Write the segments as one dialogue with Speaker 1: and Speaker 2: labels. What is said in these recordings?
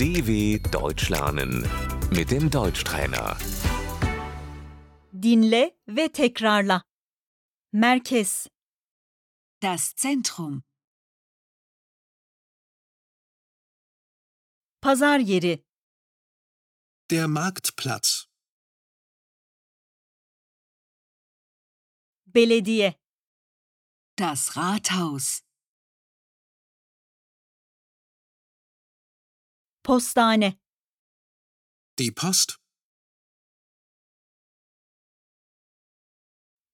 Speaker 1: DW Deutsch lernen mit dem Deutschtrainer.
Speaker 2: Dinle ve tekrarla. Merkez,
Speaker 3: Das Zentrum,
Speaker 2: pazar yeri,
Speaker 4: Der Marktplatz.
Speaker 2: belediye,
Speaker 3: das Rathaus,
Speaker 2: postane,
Speaker 4: Die Post.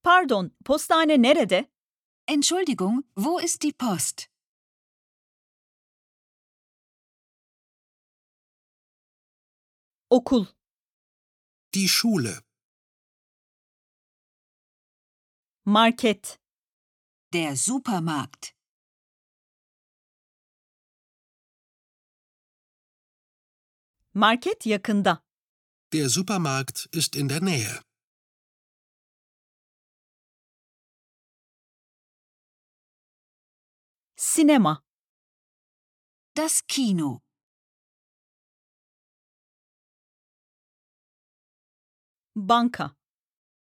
Speaker 2: pardon, postane nerede?
Speaker 3: Entschuldigung, wo ist die Post?
Speaker 2: Okul,
Speaker 4: Die Schule.
Speaker 2: market,
Speaker 3: Der Supermarkt,
Speaker 2: market yakında,
Speaker 4: Der Supermarkt ist in der Nähe.
Speaker 2: sinema,
Speaker 3: das Kino,
Speaker 2: banka,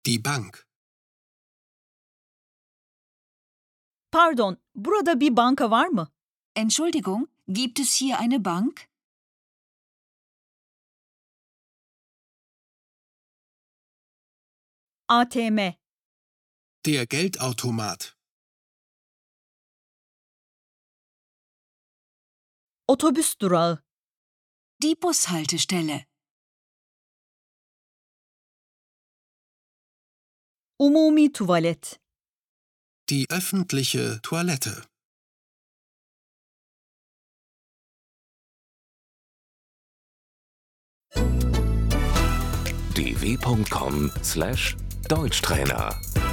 Speaker 4: Die Bank.
Speaker 2: pardon, burada bir banka var mı?
Speaker 3: Entschuldigung, gibt es hier eine Bank?
Speaker 2: ATM,
Speaker 4: Der Geldautomat.
Speaker 2: otobüs durağı,
Speaker 3: Die Bushaltestelle,
Speaker 2: umumi tuvalet,
Speaker 4: Die öffentliche Toilette.
Speaker 1: dw.com/deutschtrainer